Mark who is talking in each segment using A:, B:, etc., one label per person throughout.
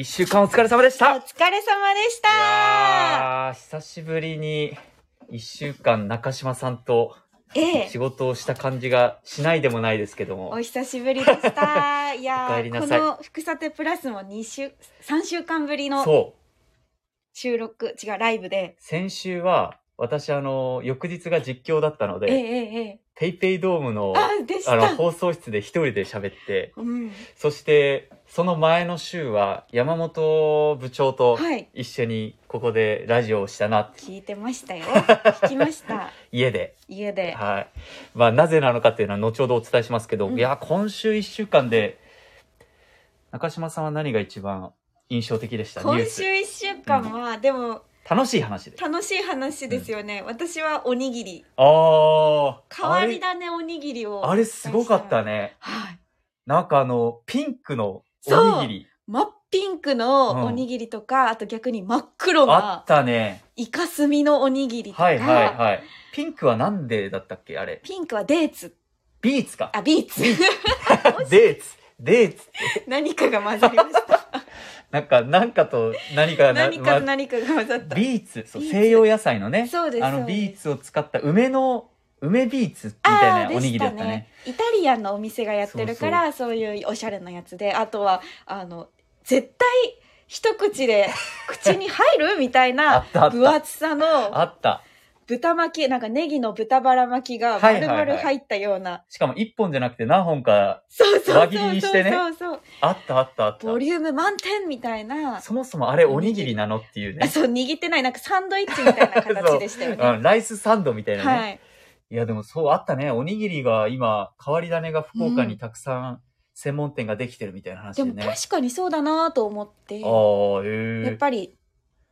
A: 一週間お疲れ様でし
B: お
A: たい
B: 疲れ様でした
A: やー、久しぶりに一週間中島さんと
B: ええ
A: 仕事をした感じがしないでもないですけども
B: お。久しぶりでし たいや
A: お帰りな
B: ーこ
A: さい
B: の「福さてプラス」も2週3週間ぶりの
A: そう。
B: 収録違うライブで
A: 先週は、私あの、翌日が実況だったの
B: ええ
A: で、
B: ええええ
A: ペイペイドームの、
B: あでし
A: あの、
B: た
A: 放送室で一人で喋って、
B: うん
A: そして、その前の週は、山本部長と
B: はい
A: 一緒にここでラジオをしたな、
B: 聞いてました よ聞きました
A: 家で。
B: 家で
A: はい。まあ、なぜなのかっていうのは後ほどお伝えしますけど、
B: うん
A: いや、今週1週間で、中島さんは何が一番印象的でしたニュ
B: 今
A: ース
B: 週。1週間は、でも
A: 楽しい話で。
B: 楽しい話ですよね、私はおにぎり
A: ああ。
B: 変わり種おにぎり
A: あ
B: を
A: れあれすごかったね。
B: はい
A: なんかあの、ピンクの
B: そう
A: おにぎり。
B: 真っピンクのおにぎりとか、あと逆に真っ黒
A: あ
B: な
A: ったね。
B: イカスミのおにぎりとか、
A: はいはいはい。ピンクはなんでだったっけあれ。
B: ピンクはデーツ
A: ビーツか。
B: あビーツ
A: デーツ。デーツ。
B: 何かが混ざりました
A: なんか、なんかと何かが な
B: 何か
A: ま
B: と何かが混ざった、
A: ビーツ。そう、
B: ビーツ
A: 西洋野菜のね。
B: そうです
A: あ
B: そ
A: の
B: うで
A: ビ
B: す
A: ーツを使った梅の梅ビーツみた
B: あ
A: い
B: ー
A: なおにぎりだったね。
B: でしたねイタリアンのお店がやってるからそういうおしゃれなやつであとはあの絶対一口 で口に入るみたい
A: あ
B: な
A: ったあっ
B: 分
A: た。
B: 厚さの
A: あった。
B: 豚巻きなんかネギの豚バラ巻きが
A: はい
B: 丸
A: はいはい
B: 々入ったような、
A: しかも一本じゃなくて何本か
B: そうそう
A: 輪
B: そう
A: 切
B: そ
A: り
B: う
A: にし
B: そ
A: て
B: う
A: ね
B: そう
A: あったあったあっ
B: ボ
A: た。
B: リューム満点みたいな、
A: そもそもあれおにぎりなのっていう
B: あ
A: ね。
B: そう握ってないなんかサンドイッチみたいな形でし たよね、
A: うん、ライスサンドみたいなね。、
B: はいい
A: やでもそうあったね。おにぎりが今、変わり種が福岡
B: う
A: に
B: ん
A: たくさん専門店ができてるみたいな話
B: で
A: でね。
B: も確かにそうだなと思って、
A: ああ、ええ
B: やっぱり、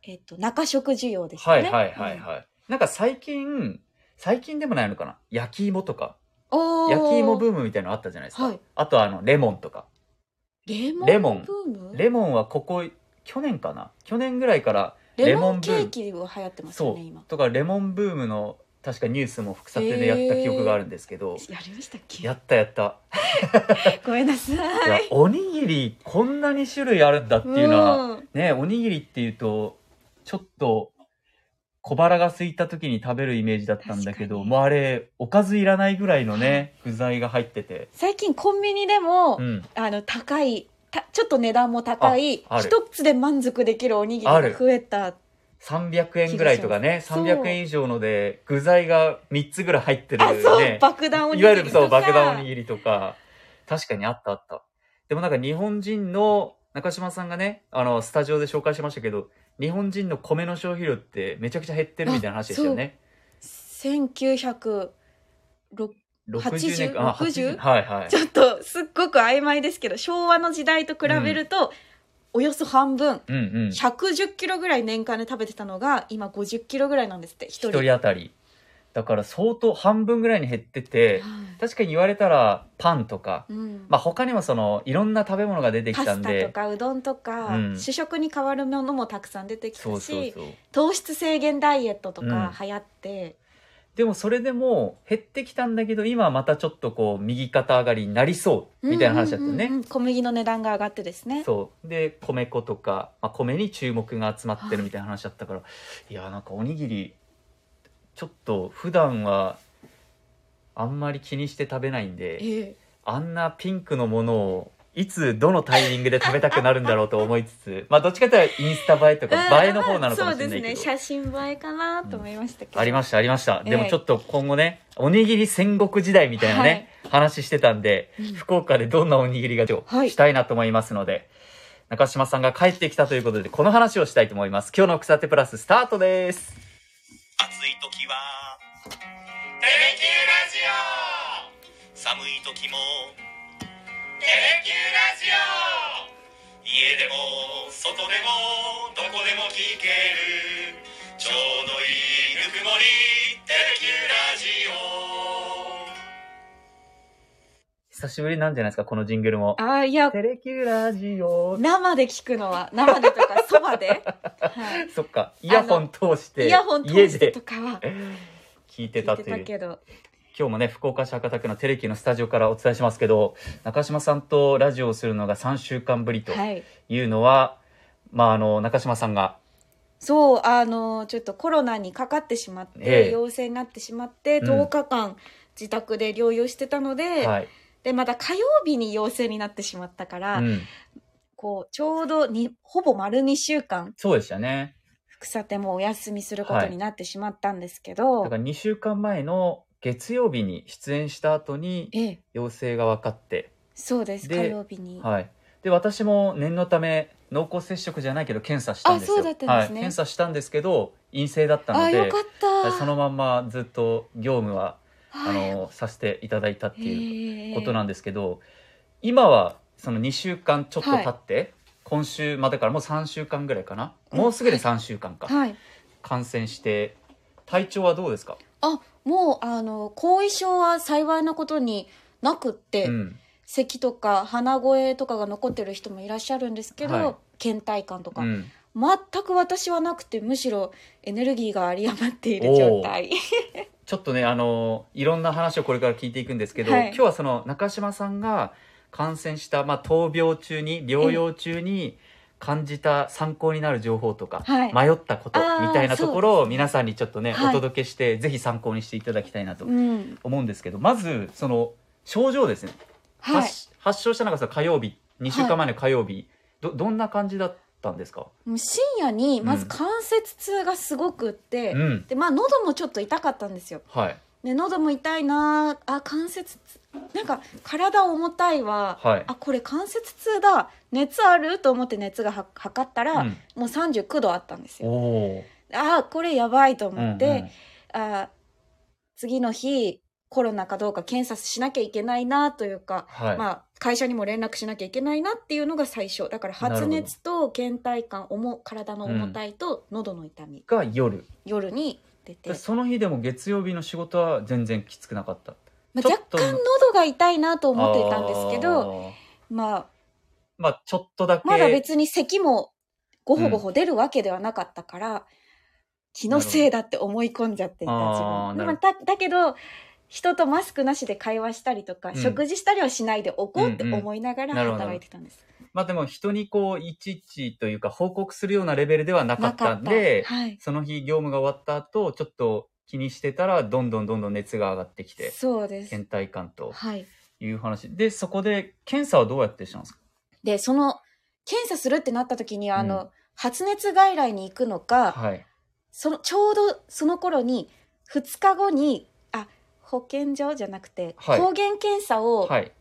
B: えっと、中食需要ですよ
A: は
B: ね。
A: いはいはい
B: い。
A: はい。なんか最近、最近でもないのかな焼き芋とか。
B: おー
A: 焼き芋ブームみたいなのあったじゃないですか。
B: はい。
A: あとあの、レモンとか。
B: レモン
A: レモン
B: ブーム
A: レモンはここ、去年かな去年ぐらいから、
B: レ
A: レモ
B: モ
A: ン
B: ン
A: ブ
B: ケ
A: ーム
B: ーキが流行ってますよね、今。
A: とかレモンブームの、確かニュースも副撮でやった記憶があるんですけど、
B: やりましたっ
A: や
B: け
A: ったやった。
B: ごめんなさ
A: いや
B: い。
A: おにぎり、こんなに種類あるんだっていうのは、
B: ん
A: ね、おにぎりっていうと、ちょっと、小腹が空いた時に食べるイメージだったんだけ
B: 確
A: ど、
B: かに
A: もうあれ、おかずいらないぐらいのね、具材が入ってて。
B: 最近コンビニでも、
A: うん。
B: あの、高い、たちょっと値段も高い、
A: あある
B: 一つで満足できるおにぎり
A: あ
B: が
A: る
B: 増えた。
A: 300円ぐらいとかね、
B: そう
A: 300円以上ので、具材が3つぐらい入ってる
B: あ、そう、
A: ね。
B: 爆弾おに
A: い
B: ぎ
A: わ
B: り
A: ゆ
B: とか。
A: るそう、爆弾おにぎりとか、確かにあったあった。でもなんか日本人の、中島さんがね、あの、スタジオで紹介しましたけど、日本人の米の消費量ってめちゃくちゃ減ってるみたいな話ですよね。
B: 1906 80
A: 60年あ、
B: 60
A: 80はいはい
B: ち。ょっとすっごく曖昧ですけど昭和の時代と比べると、およそ半分
A: うんうん。一
B: 110キロぐらい年間で食べてたのが今50キロぐらいなんですって一人
A: 人当たり。だから相当半分ぐらいに減ってて、
B: はい
A: 確かに言われたら、パンとか、
B: うん
A: まあ他にもその、いろんな食べ物が出てき
B: パ
A: たん
B: スタと
A: で、
B: かうどんとか、
A: うん
B: 主食に変わるものもたくさん出てきたし
A: そうそうそう。
B: 糖質制限ダイエットとか
A: う
B: 流行って、
A: でもそれでも減ってきたんだけど今はまたちょっとこう右肩上がりになりそうみたいな話だったよね、
B: うんうんうん小麦の値段が上がってですね
A: そうで米粉とか、まあ、米に注目が集まってるみたいな話だったから、い、やーなんかおにぎりちょっと普段はあんまり気にして食べないんで
B: ええ
A: あんなピンクのものをいつどのタイミングで食べたくなるんだろうと思いつつまあどっちかというとインスタ映えとか映えの方なのかもしれないけど、
B: そうですね写真映えかなと思いましたけど、
A: ありました、ありました。
B: ええ
A: でもちょっと今後ね、おにぎり戦国時代みたいなね、話してたんで、
B: うん
A: 福岡でどんなおにぎりが今日
B: はい
A: したいなと思いますので、中島さんが帰ってきたということで、この話をしたいと思います。今日の草手プラススタートです。
C: 暑い時は「テレキューラジオ」寒い時も「テレキューラジオ」家でも外でもどこでも聞けるちょうどいいぬくもり「テレキューラジオ」
A: 久しぶりなんじゃないですか、このジングルも。
B: あーいや
A: テレキューラジオ。
B: 生で聞くのは生でとかそ ばで、は
A: そっか、イヤホン通して、
B: い、イヤホン通
A: 家
B: して
A: で
B: とかは
A: 聞い
B: 聞
A: てた
B: いて
A: とい
B: た
A: う。
B: けど
A: 今日もね、福岡市博多区のテレキューのスタジオからお伝えしますけど、中島さんとラジオをするのが3週間ぶりと。
B: はい
A: いうのは、まあ、あの、中島さんが、
B: そうあのちょっとコロナにかかってしまって、
A: ええ
B: 陽性になってしまって
A: うん
B: 10日間自宅で療養してたので、
A: はい。
B: でまた火曜日に陽性になってしまったから、
A: うん。
B: こうちょうどにほぼ丸2週間
A: そうでしたね。
B: 草手もお休みすることになってしまったんですけど、
A: だから2週間前の月曜日に出演した後に
B: ええ
A: 陽性が分かって、
B: そうです
A: で
B: 火曜日に、
A: はい。で、私も念のため、濃厚接触じゃないけど検査したんですよ。
B: あそうだったんですね
A: はい。検査したんですけど、陰性だったの
B: あ
A: で、
B: よかった
A: そのまんまずっと業務は、あ
B: はい
A: の、させていただいたっていう
B: ええ
A: ことなんですけど、今はその2週間ちょっと経って、今週まあだからもう3週間ぐらいかな、
B: うん
A: もうすぐで3週間か、
B: はい
A: 感染して体調はどうですか、
B: あもうあの後遺症は幸いなことになくって、
A: うん、
B: 咳とか鼻声とかが残ってる人もいらっしゃるんですけど、
A: はい
B: 倦怠感とか、
A: うん、
B: 全く私はなくてむしろエネルギーが有り余っている状態
A: ちょっとねあのいろんな話をこれから聞いていくんですけど、
B: はい
A: 今日はその中島さんが感染した、まあ、闘病中に療養中に感じた参考になる情報とか、
B: はい
A: 迷ったこと
B: あー
A: みたいなところを皆さんにちょっとね、
B: はい
A: お届けしてぜひ参考にしていただきたいなと
B: うん
A: 思うんですけどまずその症状ですね、
B: はい
A: 発発症したのがその火曜日2週間前の火曜日、どどんな感じだったんですか、
B: もう深夜にまず
A: うん
B: 関節痛がすごくって、
A: うん
B: でまあ喉もちょっと痛かったんですよ
A: はい
B: で喉も痛いなあ関節痛なんか体重たいわ、
A: はい
B: あこれ関節痛だ熱あると思って熱がは測ったら、
A: うん
B: もう39度あったんです
A: お
B: よ
A: お
B: あこれやばいと思
A: ー
B: って、あ次の日コロナかどうか検査しなきゃいけないなというか、
A: はい、
B: まあ、会社にも連絡しなきゃいけないなっていうのが最初だから発熱と倦怠感重体の重たいと喉の痛み、
A: が夜
B: 夜に出て、
A: でその日でも月曜日の仕事は全然きつくなかった
B: ま
A: ち
B: あ、
A: ょ
B: 若
A: っと
B: 干喉が痛いなと思っていたんですけど
A: あー
B: まあ、
A: まあちょっとだけ
B: まだ別に咳もごほごほ出るわけではなかったから、気のせいだって思い込んじゃっていた
A: なるほど
B: 自
A: あー
B: 分
A: な
B: まあ、
A: る
B: だだけど人とマスクなしで会話したりとか、
A: うん
B: 食事したりはしないでおこうって
A: うんうん
B: 思いながら
A: なるほど
B: 働いてたんです、
A: まあでも人にこういちいちというか報告するようなレベルではなかったんで
B: はい
A: その日業務が終わった後ちょっと気にしてたらどんどんどんどん熱が上がってきて
B: そうです
A: 倦怠感と
B: はい
A: いう話でそこで検査はどうやってしたんですか
B: でその検査するってなった時にあの、発熱外来に行くのか、
A: はい
B: そのちょうどその頃に2日後にあ保健所じゃなくて、
A: はい
B: 抗原検査を
A: はい、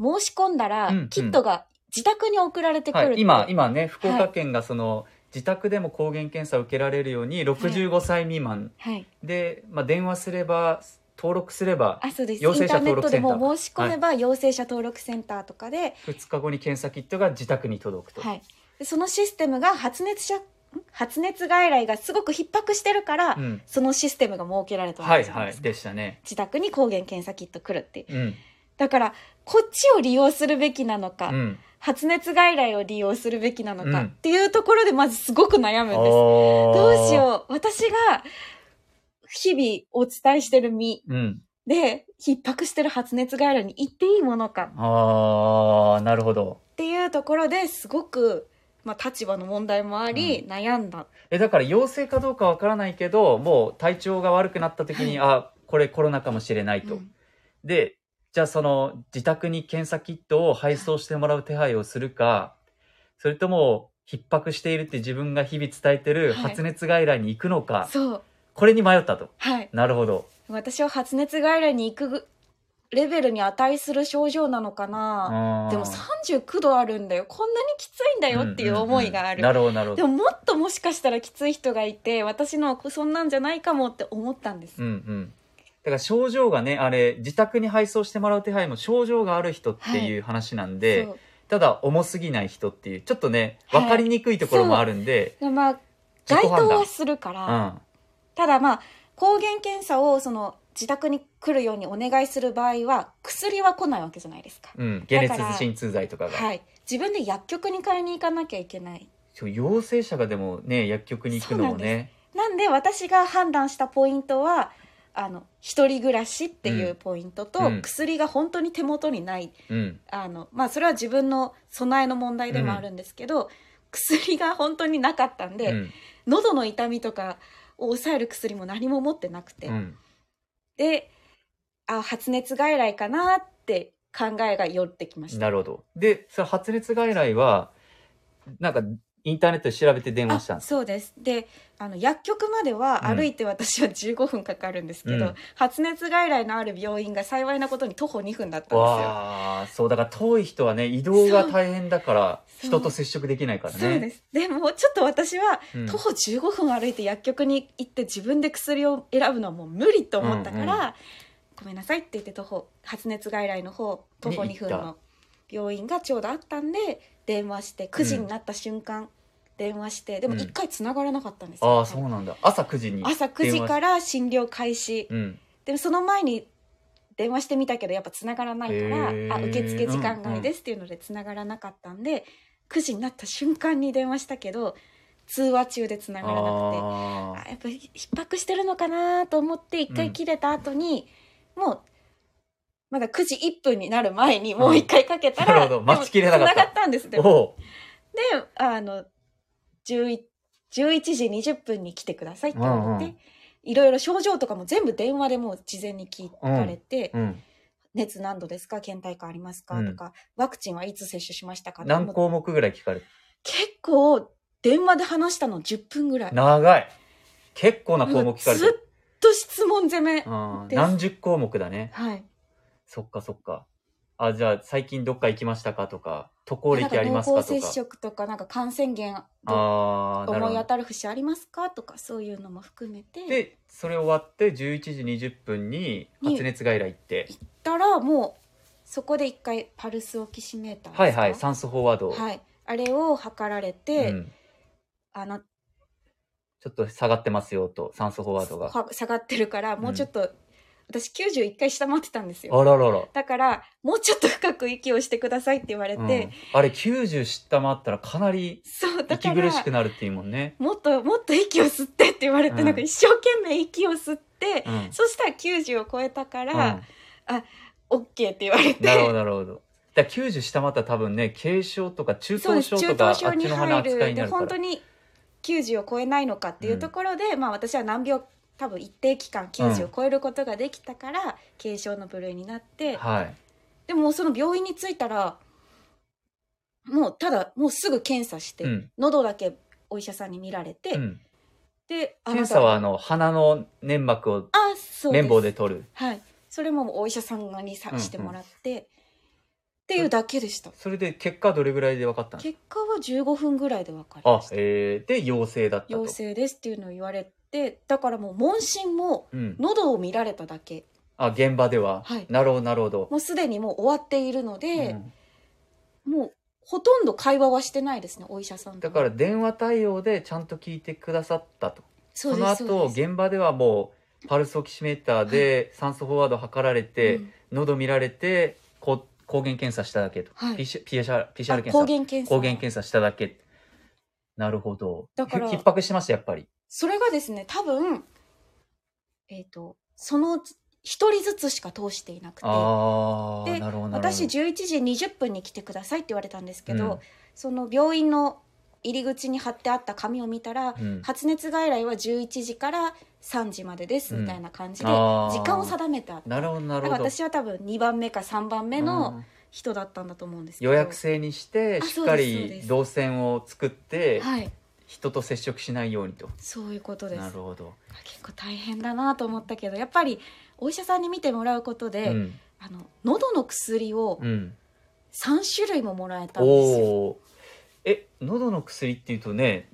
B: 申し込んだら、
A: うんうん
B: キットが自宅に送られてくる
A: は
B: って、
A: い、今今ね福岡県がその、自宅でも抗原検査を受けられるように65歳未満
B: はい、
A: で、まあ、電話すれば登録すれば
B: あそうですイ
A: 陽性
B: ンタ
A: 者
B: ーネ
A: 登
B: ッ
A: 録
B: ト
A: セ
B: で
A: ンター
B: も申し込めば陽性者登録センターとかで,、
A: 2日後に検査キットが自宅に届くと、
B: はい、でそのシステムが発熱者ん発熱外来がすごく逼迫してるから、
A: うん、
B: そのシステムが設けられたわ
A: は
B: け
A: い
B: じゃない
A: は
B: で
A: い
B: すか、
A: でしたね、
B: 自宅に抗原検査キット来るっていう
A: うん
B: だからこっちを利用するべきなのか、
A: うん、
B: 発熱外来を利用するべきなのか、
A: うん
B: っていうところでまずすごく悩むんですど
A: ど
B: うしよう私が日々お伝えしてる身
A: う、うん、
B: で、逼迫してる発熱外来に行っていいものか
A: ああなるほど
B: っていうところですごく、まあ、立場の問題もあり、悩んだ。
A: えだから陽性かどうかわからないけどもう体調が悪くなった時に、あこれコロナかもしれないと、
B: うん
A: でじゃあその自宅に検査キットを配送してもらう手配をするかそれとも逼迫しているって自分が日々伝えてる
B: はい
A: 発熱外来に行くのか、
B: そう。
A: これに迷ったと
B: はい。
A: なるほど
B: 私は発熱外来に行くレベルに値する症状なのかな。で
A: で
B: も39度あるんだよ。こんなにきついんだよっていう思いがある。
A: なるほどなるほ
B: で
A: ど
B: ももっともしかしたらきつい人がいて、私のはそんなんじゃないかもって思ったんです。
A: うんうんだから症状がねあれ自宅に配送してもらう手配も症状がある人っていう話なんで、
B: そう
A: ただ重すぎない人っていうちょっとね
B: はい
A: 分かりにくいところもあるんで、
B: でまあ、
A: 自
B: 該
A: 己判
B: 当
A: 断
B: はするから、ただまあ抗原検査をその自宅に来るようにお願いする場合は薬は来ないわけじゃないですか、
A: うん、うん、解熱
B: だから
A: 鎮痛剤とかが、
B: はい自分で薬局に買いに行かなきゃいけない
A: そう陽性者がでもね薬局に行くのもね
B: なんで私が判断したポイントはあの一人暮らしっていうポイントと、
A: うん
B: 薬が本当に手元にない
A: うん
B: あのまあそれは自分の備えの問題でもあるんですけど、薬が本当になかったんで、
A: うん
B: 喉の痛みとかを抑える薬も何も持ってなくて、
A: うん
B: であ発熱外来かなって考えが寄ってきました
A: なるほどでそれ発熱外来はなんかインターネットで調べて電話したん
B: あ
A: です
B: そうですであの薬局までは
A: うん
B: 歩いて私は15分かかるんですけ
A: う
B: ど、
A: ん
B: 発熱外来のある病院が幸いなことに徒歩2分だったんですよ。
A: わあそうだから遠い人はね移動が大変だから
B: そう
A: 人と接触できないからね
B: そうですでもちょっと私は
A: うん
B: 徒歩15分歩いて薬局に行って自分で薬を選ぶのはもう無理と思ったから、
A: うんう
B: ごめんなさいって言って徒歩発熱外来の方徒歩
A: に行
B: 2
A: っ
B: 分
A: た
B: の病院がちょうどあったんで電話して9時になった瞬間、電話してでも
A: うん
B: 1回繋がらなかったんですよ、
A: ああそうなんだ朝9時に
B: 朝9時
A: ら
B: から診療開始
A: うん
B: でもその前に電話してみたけどやっぱ繋がらないから、
A: へー
B: あ受付時間外ですっていうので繋がらなかったんで、9時になった瞬間に電話したけど通話中で繋がらなくて
A: あー
B: あやっぱり逼迫してるのかなと思って一
A: う
B: 回
A: ん
B: 切れた後に、もうまだ9時1分になる前にもう一回かけた
A: な
B: ら、
A: るほど
B: でも
A: 待ちきれなかった
B: 繋がったんですでも
A: おう
B: で あの 11, 11時20分に来てくださいって言われ
A: うんう
B: ていろいろ症状とかも全部電話でもう事前に聞かれて、
A: うん、
B: 熱何度ですか倦怠感ありますか、
A: うん
B: とかワクチンはいつ接種しましたか
A: 何項目ぐらい聞かれる
B: 結構電話で話したの10分ぐらい
A: 長い結構な項
B: もう
A: 目聞かれて
B: ずっ
A: る
B: と質問攻め、
A: うん
B: です
A: 何十項目だね
B: はい
A: そっかそっかあじゃあ最近どっか行きましたかとか渡航
B: なん
A: 歴
B: か
A: あり
B: 濃
A: ますか
B: 厚
A: と
B: 接
A: か
B: 触とかなんか感染源ど
A: ああなるほ
B: 思い当
A: ど
B: たる節ありますかとかそういうのも含めて
A: でそれ終わって11時20分に
B: に
A: 発熱外来行って
B: たらもうそこで一回パルスオキシメーターですか
A: はいはい酸素飽和度、
B: はい、あれを測られて、
A: うん、
B: あの
A: ちょっと下がってますよと酸素飽和度が
B: は下がってるからもうちょっと、私91回下回ってたんですよ
A: あららら
B: だからもうちょっと深く息をしてくださいって言われて、
A: うん、あれ90下回ったらかなり
B: そうだ
A: 息
B: か
A: 苦し
B: ら
A: くなるっていうもんね、
B: もっともっと息を吸ってって言われて、
A: うん
B: なんか一生懸命息を吸って、
A: うん
B: そしたら90を超えたか
A: うん、
B: ら
A: な、
B: オッケーって言われて
A: るほどなるほどだから90下回ったら多分ね軽症とか中
B: そ
A: 等
B: うです
A: 症
B: 中
A: とかあ
B: 等
A: っち
B: 症に
A: の花扱
B: 入
A: い
B: る
A: に
B: で
A: なるか
B: 本当
A: ら
B: に90を超えないのかっていうところで、まあ私は難病多分一定期間90を超えることができたから、軽症の部類になって
A: はい
B: でもその病院に着いたらもうただもうすぐ検査して、
A: うん
B: 喉だけお医者さんに見られて、
A: うん、
B: であ
A: 検査はあ
B: な
A: の鼻の粘膜を
B: たあそうです
A: 綿棒で取る
B: はいそれもお医者さんにさ
A: うんうん
B: してもらって、っていうだけでした
A: それで結果どれぐらいで分かったんです
B: 結果は15分ぐらいで分かりま
A: かあ
B: した
A: えー、で陽性だったと
B: 陽性ですっていうのを言われてだからもう問診も
A: うん、
B: 喉を見られただけ
A: あ現場では、
B: はい
A: なるほどなるほど、
B: もうすでにもう終わっているので
A: う、ん
B: もうほとんど会話はしてないですねお医者さんと
A: だ
B: は
A: から電話対応でちゃんと聞いてくださったと
B: そ
A: そう
B: で
A: の
B: す
A: 後
B: そうです
A: 現場ではもうパルスオキシメーターで酸素飽和度測られて、
B: うん
A: 喉見られてこ抗原検査しただけと、
B: はい
A: PC- PCR, PCR
B: あ
A: 検査
B: 抗原検査
A: 抗原検査しただけなるほど
B: だから
A: ひ逼迫してましたやっぱり
B: それがですね多分えっ、とその一人ずつしか通していなくて
A: ああ
B: で
A: なるほどなるほど
B: 私11時20分に来てくださいって言われたんですけ
A: う
B: ど、
A: ん
B: その病院の入り口に貼ってあった紙を見たら、
A: うん
B: 発熱外来は11時から3時までですみたいな感じで、
A: うんあー
B: 時間を定めてあって
A: なるほどな
B: だか
A: る
B: ら
A: ほど
B: 私は多分2番目か3番目
A: う
B: の
A: ん
B: 人だったんだと思うんですけど、
A: 予約制にして
B: あ
A: しっか
B: そうですそうで
A: り
B: す
A: 動線を作って
B: はい
A: 人と接触しないようにと
B: そういうことです
A: なるほど、
B: 結構大変だなと思ったけどやっぱりお医者さんに見てもらうことで、
A: うん
B: あの喉の薬を
A: うん
B: 3種類ももらえたんですよ、
A: おおーえ喉の薬っていうとね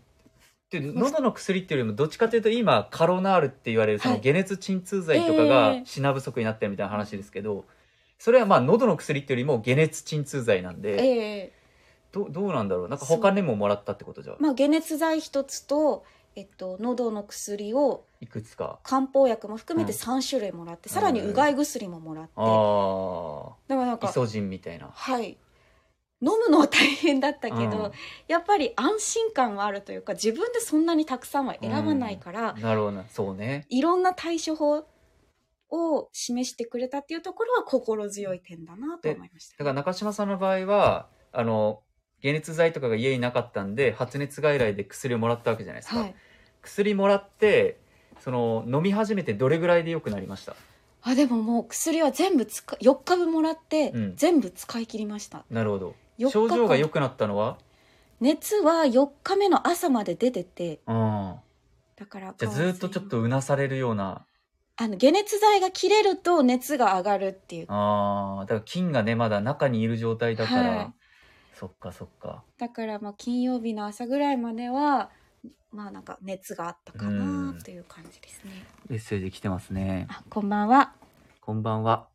A: で喉の薬っていうよりもどっちかというと今カロナールって言われるその
B: はい
A: 解熱鎮痛剤とかが
B: ええ
A: 品不足になってるみたいな話ですけど、それはまあ喉の薬っていうよりも解熱鎮痛剤なんで、
B: ええ
A: どどうなんだろうなんか他にももらったってことじゃあ
B: まあ、解熱剤一つと、えっと、喉の薬を
A: いくつか
B: 漢方薬も含めて
A: うん
B: 3種類もらって、さらにうがい薬ももらって、
A: あ
B: でもなん
A: あイ
B: か
A: ソジンみたいな
B: はい飲むのは大変だったけど、
A: うん
B: やっぱり安心感はあるというか自分でそんなにたくさんは選ばないから、
A: なるほどなそうね
B: いろんな対処法を示してくれたっていうところは心強い点だなと思いまし
A: だ
B: た。
A: から中島さんの場合はあの解熱剤とかが家になかったんで発熱外来で薬をもらったわけじゃないですか、
B: はい
A: 薬もらってその飲み始めてどれぐらいで良くなりました
B: あでももう薬は全部使4日分もらって、
A: うん
B: 全部使い切りました
A: なるほど
B: 4日
A: 症
B: 間
A: 状が良くなったのは
B: 熱は4日目の朝まで出てて
A: うん
B: だから
A: じゃあずっとちょっとうなされるような
B: あの解熱剤が切れると熱が上がるっていう
A: あーだから菌がねまだ中にいる状態だから、
B: はい
A: そっかそっか
B: だからまあ金曜日の朝ぐらいまではまあなんか熱があったか
A: う
B: なんという感じですね、
A: メッセージ来てますね
B: あこんばんは
A: こんばんは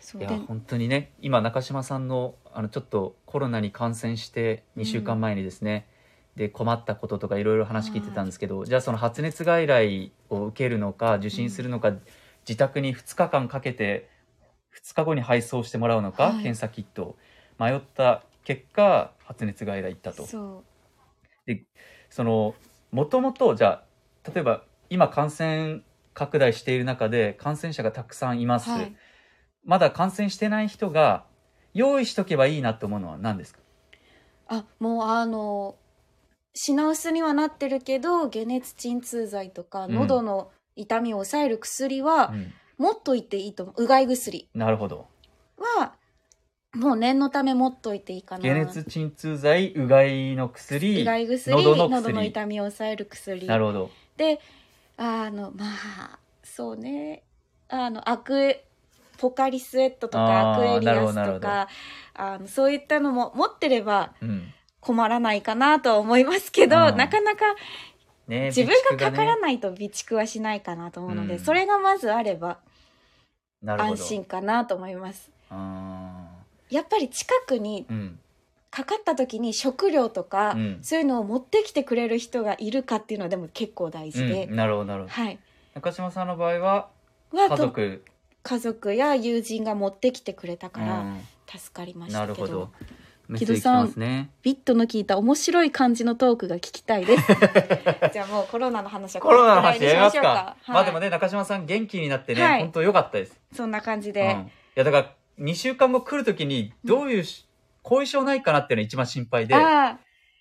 B: そう
A: い
B: で
A: や本当にね今中島さんのあのちょっとコロナに感染して2週間前にですね、で困ったこととかいろいろ話聞いてたんですけど、じゃあその発熱外来を受けるのか受診するのか、自宅に2日間かけて2日後に配送してもらうのか、
B: はい
A: 検査キットを迷った結果発熱外来行ったと。
B: そう
A: そのもともとじゃあ例えば今感染拡大している中で感染者がたくさんいます、
B: はい
A: まだ感染してない人が用意しとけばいいなと思うのは何ですか
B: あもうあの品薄にはなってるけど解熱鎮痛剤とか
A: うん
B: 喉の痛みを抑える薬は、
A: うん
B: 持っといていいと思ううがい薬
A: なるほど
B: はもう念のため持っといていいかな
A: 解熱鎮痛剤うがいの薬
B: うがい薬
A: 喉
B: 喉
A: の
B: の
A: 薬
B: 痛みを抑える薬
A: なるほど
B: であのまあそうねあのアクエポカリスエットとか
A: あ
B: ア
A: ー
B: クエリアス
A: なるほど
B: と
A: な
B: かあのそういったのも持ってれば
A: うん
B: 困らないかなとは思いますけど、
A: うん
B: なかなか
A: ね
B: 自分がかから
A: い
B: ないと備蓄はしないかなと思うので、
A: うん
B: それがまずあれば
A: なるほど
B: 安心かなと思います。
A: あ
B: やっぱり近くに
A: ーうん
B: かかった時に食料とか、
A: うん
B: そういうのを持ってきてくれる人がいるかっていうのはでも結構大事で、
A: うん、なるほどなるほど
B: はい。
A: 中島さんの場合は
B: は
A: 家
B: と
A: 族
B: 家族や友人が持ってきてくれたか
A: う
B: ら
A: ん
B: 助かりまし
A: な
B: た
A: る
B: けど,、
A: ほどメッ
B: 木
A: セー
B: 戸
A: ジ来て
B: さん
A: ますね
B: ビットの聞いた面白い感じのトークが聞きたい ですじゃあもうコロナの話は
A: コロナの話やります
B: これくらいにししょ
A: か
B: うはい
A: まあでもね中島さん元気になってね、
B: はい
A: 本当良かったです、
B: そんな感じ
A: うん、い
B: で、
A: やだから2週間後来る時にどういうし後遺症ないかなっていうのが一番心配で
B: ああ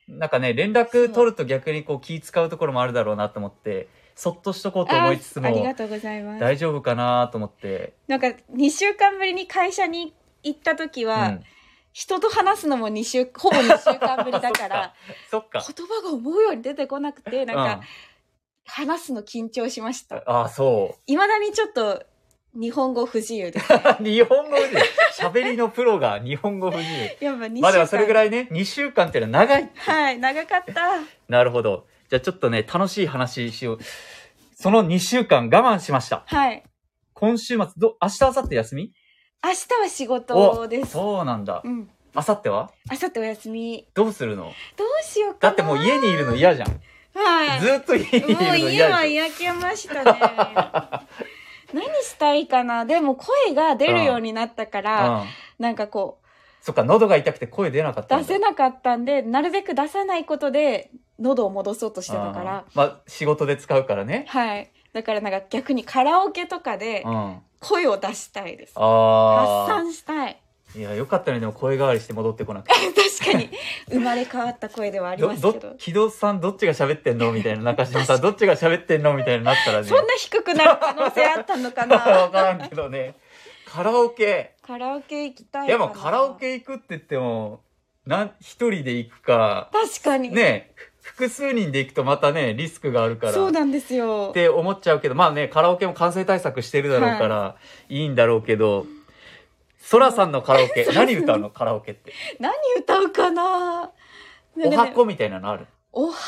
A: なんかね連絡取ると逆にこう気使うところもあるだろうなと思ってそっとしとこうと思いつつ
B: あありが
A: も
B: とうございます
A: 大丈夫かなと思って、
B: なんか2週間ぶりに会社に行った時
A: う
B: は、
A: ん、
B: 人と話すのも2週ほぼ2週間ぶりだから
A: そっか
B: 言葉が思うように出てこなくてなんか
A: うん、
B: 話すの緊張しました
A: ああそ
B: いまだにちょっと日本語不自由です
A: う 日本語で喋りのプロが日本語不自由
B: やっぱ2週間、
A: まあでもそれぐらいね2週間っていうのは長い
B: はい長かった
A: なるほど。じゃあちょっとね、楽しい話しよう。その2週間我慢しました。
B: はい
A: 今週末、ど、明日、明後日休み
B: 明日は仕事です
A: そうなんだ。
B: うん
A: 明後日は
B: 明後日お休み
A: どうするの
B: どうしようか
A: だ
B: な
A: ってもう家にいるの嫌じゃん。
B: は い
A: ずっと家にいる
B: もう
A: の
B: 家
A: 嫌
B: は
A: じゃん。
B: 焼けました ね何したいかなでも声が出るようになったから、
A: うん、
B: なんかこう
A: そっか、喉が痛くて声出なかったん
B: 出
A: だ。
B: せなかったんでなるべく出さないことで喉を戻そうとしてたか
A: うん
B: ら
A: まあ、仕事で使うからね。
B: はいだからなんか逆にカラオケとかで
A: うん。あ
B: 声を出したいです発
A: あ
B: 散したい
A: ー。いや、よかったね。でも声変わりして戻ってこなくて。
B: 確かに生まれ変わった声ではあり
A: ど、
B: ますけど
A: ど、木戸さんどっちが喋ってんのみたいな。中島 さんどっちが喋ってんのみたいになったらね。
B: そんな低くなる可能性あったのか
A: わ
B: な
A: からんけどね。カラオケ。
B: カラオケ行きたい
A: で
B: かな
A: もカラオケ行くって言っても、なん、一人で行くか、
B: 確かに
A: ね、複数人で行くとまたね、リスクがあるから。
B: そう
A: っ
B: なんですよ
A: て思っちゃうけど、まあね、カラオケも感染対策してるだろうから、い、いんだろうけど、ソラさんのカラオ ケ、何歌うのカラオケって。
B: 何歌うかななん
A: お
B: かね
A: 箱みたいなのある。
B: お箱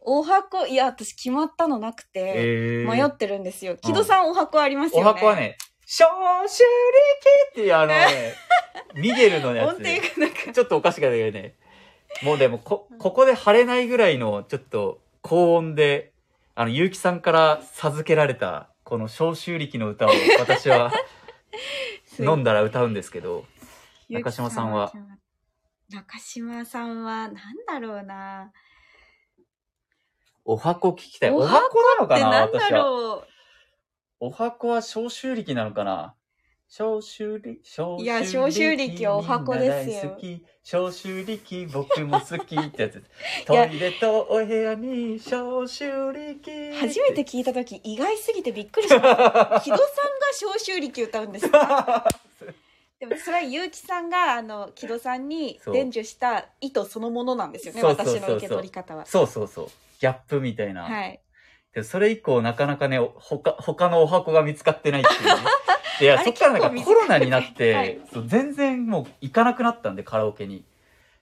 B: お箱いや私決まったのなくて、
A: え
B: 迷ってるんですよ木戸さん、お箱ありますよ
A: お
B: ね
A: 箱はね、ショーシュリキっていうあの ね、ミゲルのや
B: 音
A: つ
B: 程。がなんか
A: ちょっとおかしかったけどね。もうでもこ、ここで晴れないぐらいの、ちょっと、高音で、あの、結城さんから授けられた、この消臭力の歌を、私 は飲んだら歌うんですけど、中島さんは
B: 中島さんはなんだろうな
A: お箱聞きたい。お
B: お
A: 箱
B: 箱
A: なの
B: で
A: かな
B: なんだ
A: 私は。
B: ろう
A: お箱は消臭力なのかな消臭力、消
B: いや消臭力お箱で
A: み
B: すよ
A: んな大好き消臭力、僕も好きってやつ。 トイレとお部屋に消臭力。
B: 初めて聞いた時意外すぎてびっくりしました木戸さんが消臭力歌うんですか でもそれは結城さんがあの木戸さんに
A: そう
B: 伝授した意図そのものなんですよね
A: そうそうそうそう
B: 私の受け取り方は
A: そうそうそう。ギャップみたいな。
B: はい
A: でそれ以降、なかなかね、他、他のお箱が見つかってないっていう ね、いや、
B: あれ
A: そっからなんか
B: 結
A: コ
B: 構見
A: ロ
B: つか
A: ナ
B: って
A: になって、
B: はい
A: そう全然もう行かなくなったんで、カラオケに。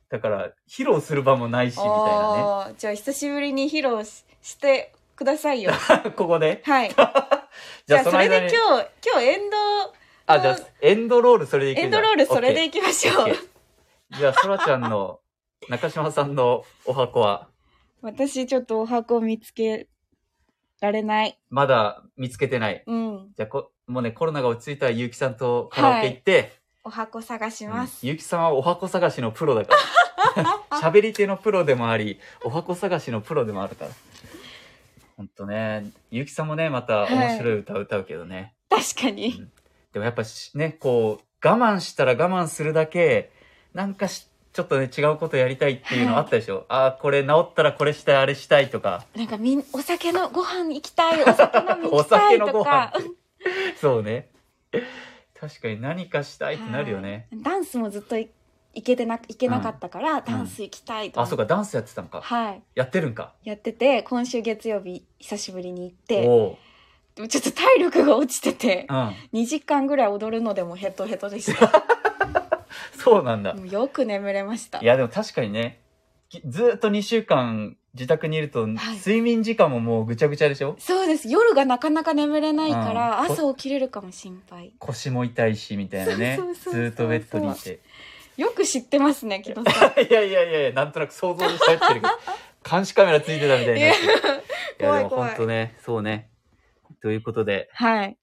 A: だから、披露する場もないし、みたいな
B: おーじゃあ久しぶりに披露ししてくださ いよ
A: ね。ここで。
B: はい
A: じ
B: じ
A: ゃ
B: ゃ
A: あ、そ
B: あそ
A: の
B: れ
A: 間
B: で
A: に。
B: 今日今日エンド
A: あ、じゃあ、エンドロールそれでいけ
B: エ
A: る
B: ン
A: じゃ
B: ド
A: ん
B: ロールそれ
A: オ
B: で
A: ッ
B: いきまし
A: ケー
B: ょ
A: オッ
B: う
A: ケーじゃあ、そらちゃんの、中島さんのお箱は、
B: 私ちょっとお箱見つけられない
A: まだ見つけてない。
B: うん
A: じゃあこ、もうね、コロナが落ち着いたら、ゆうきさんとカラオケ行って、
B: お箱探し
A: うん
B: ます、
A: ゆうきさんはお箱探しのプロだから。 喋り手のプロでもあり、お箱探しのプロでもあるから。ほんとね、ゆうきさんもね、また
B: はい
A: 面白い歌を歌うけどね。
B: 確かに
A: でもやっぱしね、こう、我慢したら我慢するだけ、なんかし、ちょっとね、違うことやりたいっていうのあったでしょ。ああ、これ治ったらこれしたい、あれしたいとか。
B: なんかみんお酒のご飯行きたいお酒飲み行
A: お
B: きた
A: 酒
B: い
A: のご
B: と
A: 飯
B: か
A: って。そうね。確かに何かしたいってなるよね。
B: はいダンスもずっとい行けてな行けなかったから、ダンス行きたいと、
A: あ、そうか、ダンスやってたんか。
B: はい
A: やってるんか。
B: やってて今週月曜日久しぶりに行って
A: おう。
B: でもちょっと体力が落ちてて
A: うん。
B: 2時間ぐらい踊るのでもヘトヘトでした
A: そうなんだ
B: も。うよく眠れました
A: いや、でも確かにね、きずーっと2週間自宅にいると、睡眠時間ももうぐちゃぐちゃでしょ
B: そうです夜がなかなか眠れないから、
A: うん
B: 朝起きれるかも心配
A: 腰も痛いし、みたいなね
B: そうそ。うそうそう
A: ずーっとベッドにいて。
B: よく知ってますね木戸さん
A: いやいやいやいや、なんとなく想像で喋って るけど、監視カメラついてたみたいになってる。いや、
B: 怖
A: で
B: い
A: も
B: 怖い
A: 本当ね、そうね。ということで、
B: はい、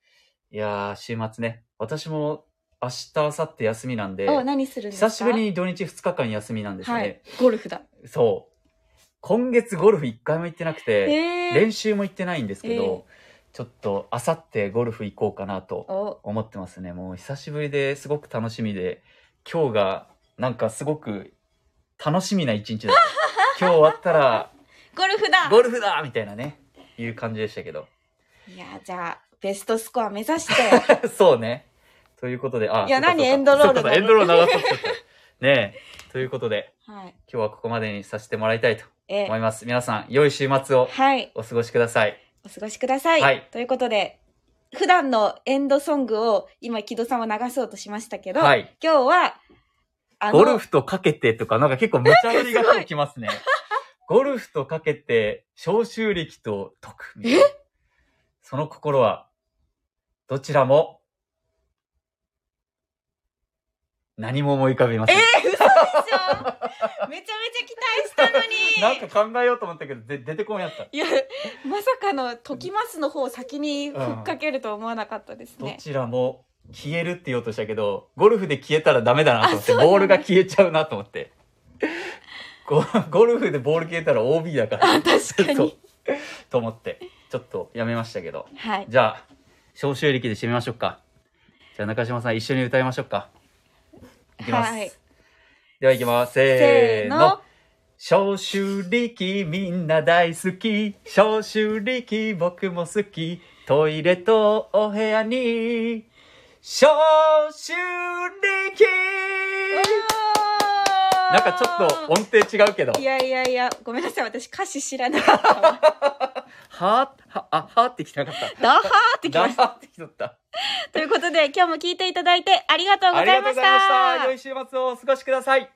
A: いやー、週末ね、私も明日、明後日休みなんで、
B: お何するんですか
A: 久しぶりに土日2日間休みなんですよ
B: はい
A: ね。
B: ゴルフだ
A: そう。今月ゴルフ1回も行ってなくて、
B: え
A: 練
B: ー、
A: 習も行ってないんですけど、ちょっとあさってゴルフ行こうかなと
B: お
A: 思ってますねもう久しぶりですごく楽しみで今日がなんかすごく楽しみな一 日だった今日終わったら
B: ゴルフだ
A: ゴルフだみたいなねいう感じでしたけど
B: いやじゃあベストスコア目指して
A: そうねということであ
B: いや
A: そっかそっか
B: 何エンドロール
A: そっかエンドロール流そうそうそうねえということで
B: はい
A: 今日はここまでにさせてもらいたいと
B: え
A: 思います皆さん良い週末を
B: はい
A: お過ごしください
B: お過ごしください。
A: はい
B: ということで、普段のエンドソングを今、木戸さんは流そうとしましたけど、
A: はい
B: 今日は、あ
A: ゴルフとかけてとか、なんか結構無茶ぶりが
B: なんかすごい
A: き ますね。ゴルフとかけて、消臭力と解くみたいな。その心は、どちらも、何も思い浮かびま
B: え
A: せん。
B: ー、嘘でしょめちゃめちゃ期待したの に
A: なんか考えようと思ったけど、で出てこんやった。
B: いや、まさかの、解きますの方を先にふっかけるとは思わなかったです
A: ど
B: ね。
A: ちらも、消えるって言おうとしたけど、ゴルフで消えたらダメだなと思って、
B: あそうなんだ
A: ボールが消えちゃうなと思って。ゴゴルフでボール消えたら OB だから。
B: あ、 確か
A: そう
B: に。
A: と思ってちょっとやめましたけど
B: はい。
A: じゃあ消臭力で締めましょうかじゃあ中島さん一緒に歌いましょうかいきます、
B: はい
A: ではいきますせ
B: せ
A: ー
B: ー
A: の
B: の。
A: 消臭力みんな大好き消臭力僕も好きトイレとお部屋に消臭力なんかちょっと音程違うけど
B: いやいやいや、ごめんなさい、私歌詞知らなかった
A: はー
B: わ。
A: はあはーってきなかった
B: ダハーってきました。
A: だーってきとった
B: ということで、今日も聞いていただいてありがとうございました。
A: ありがとうございました。良い週末をお過ごしください。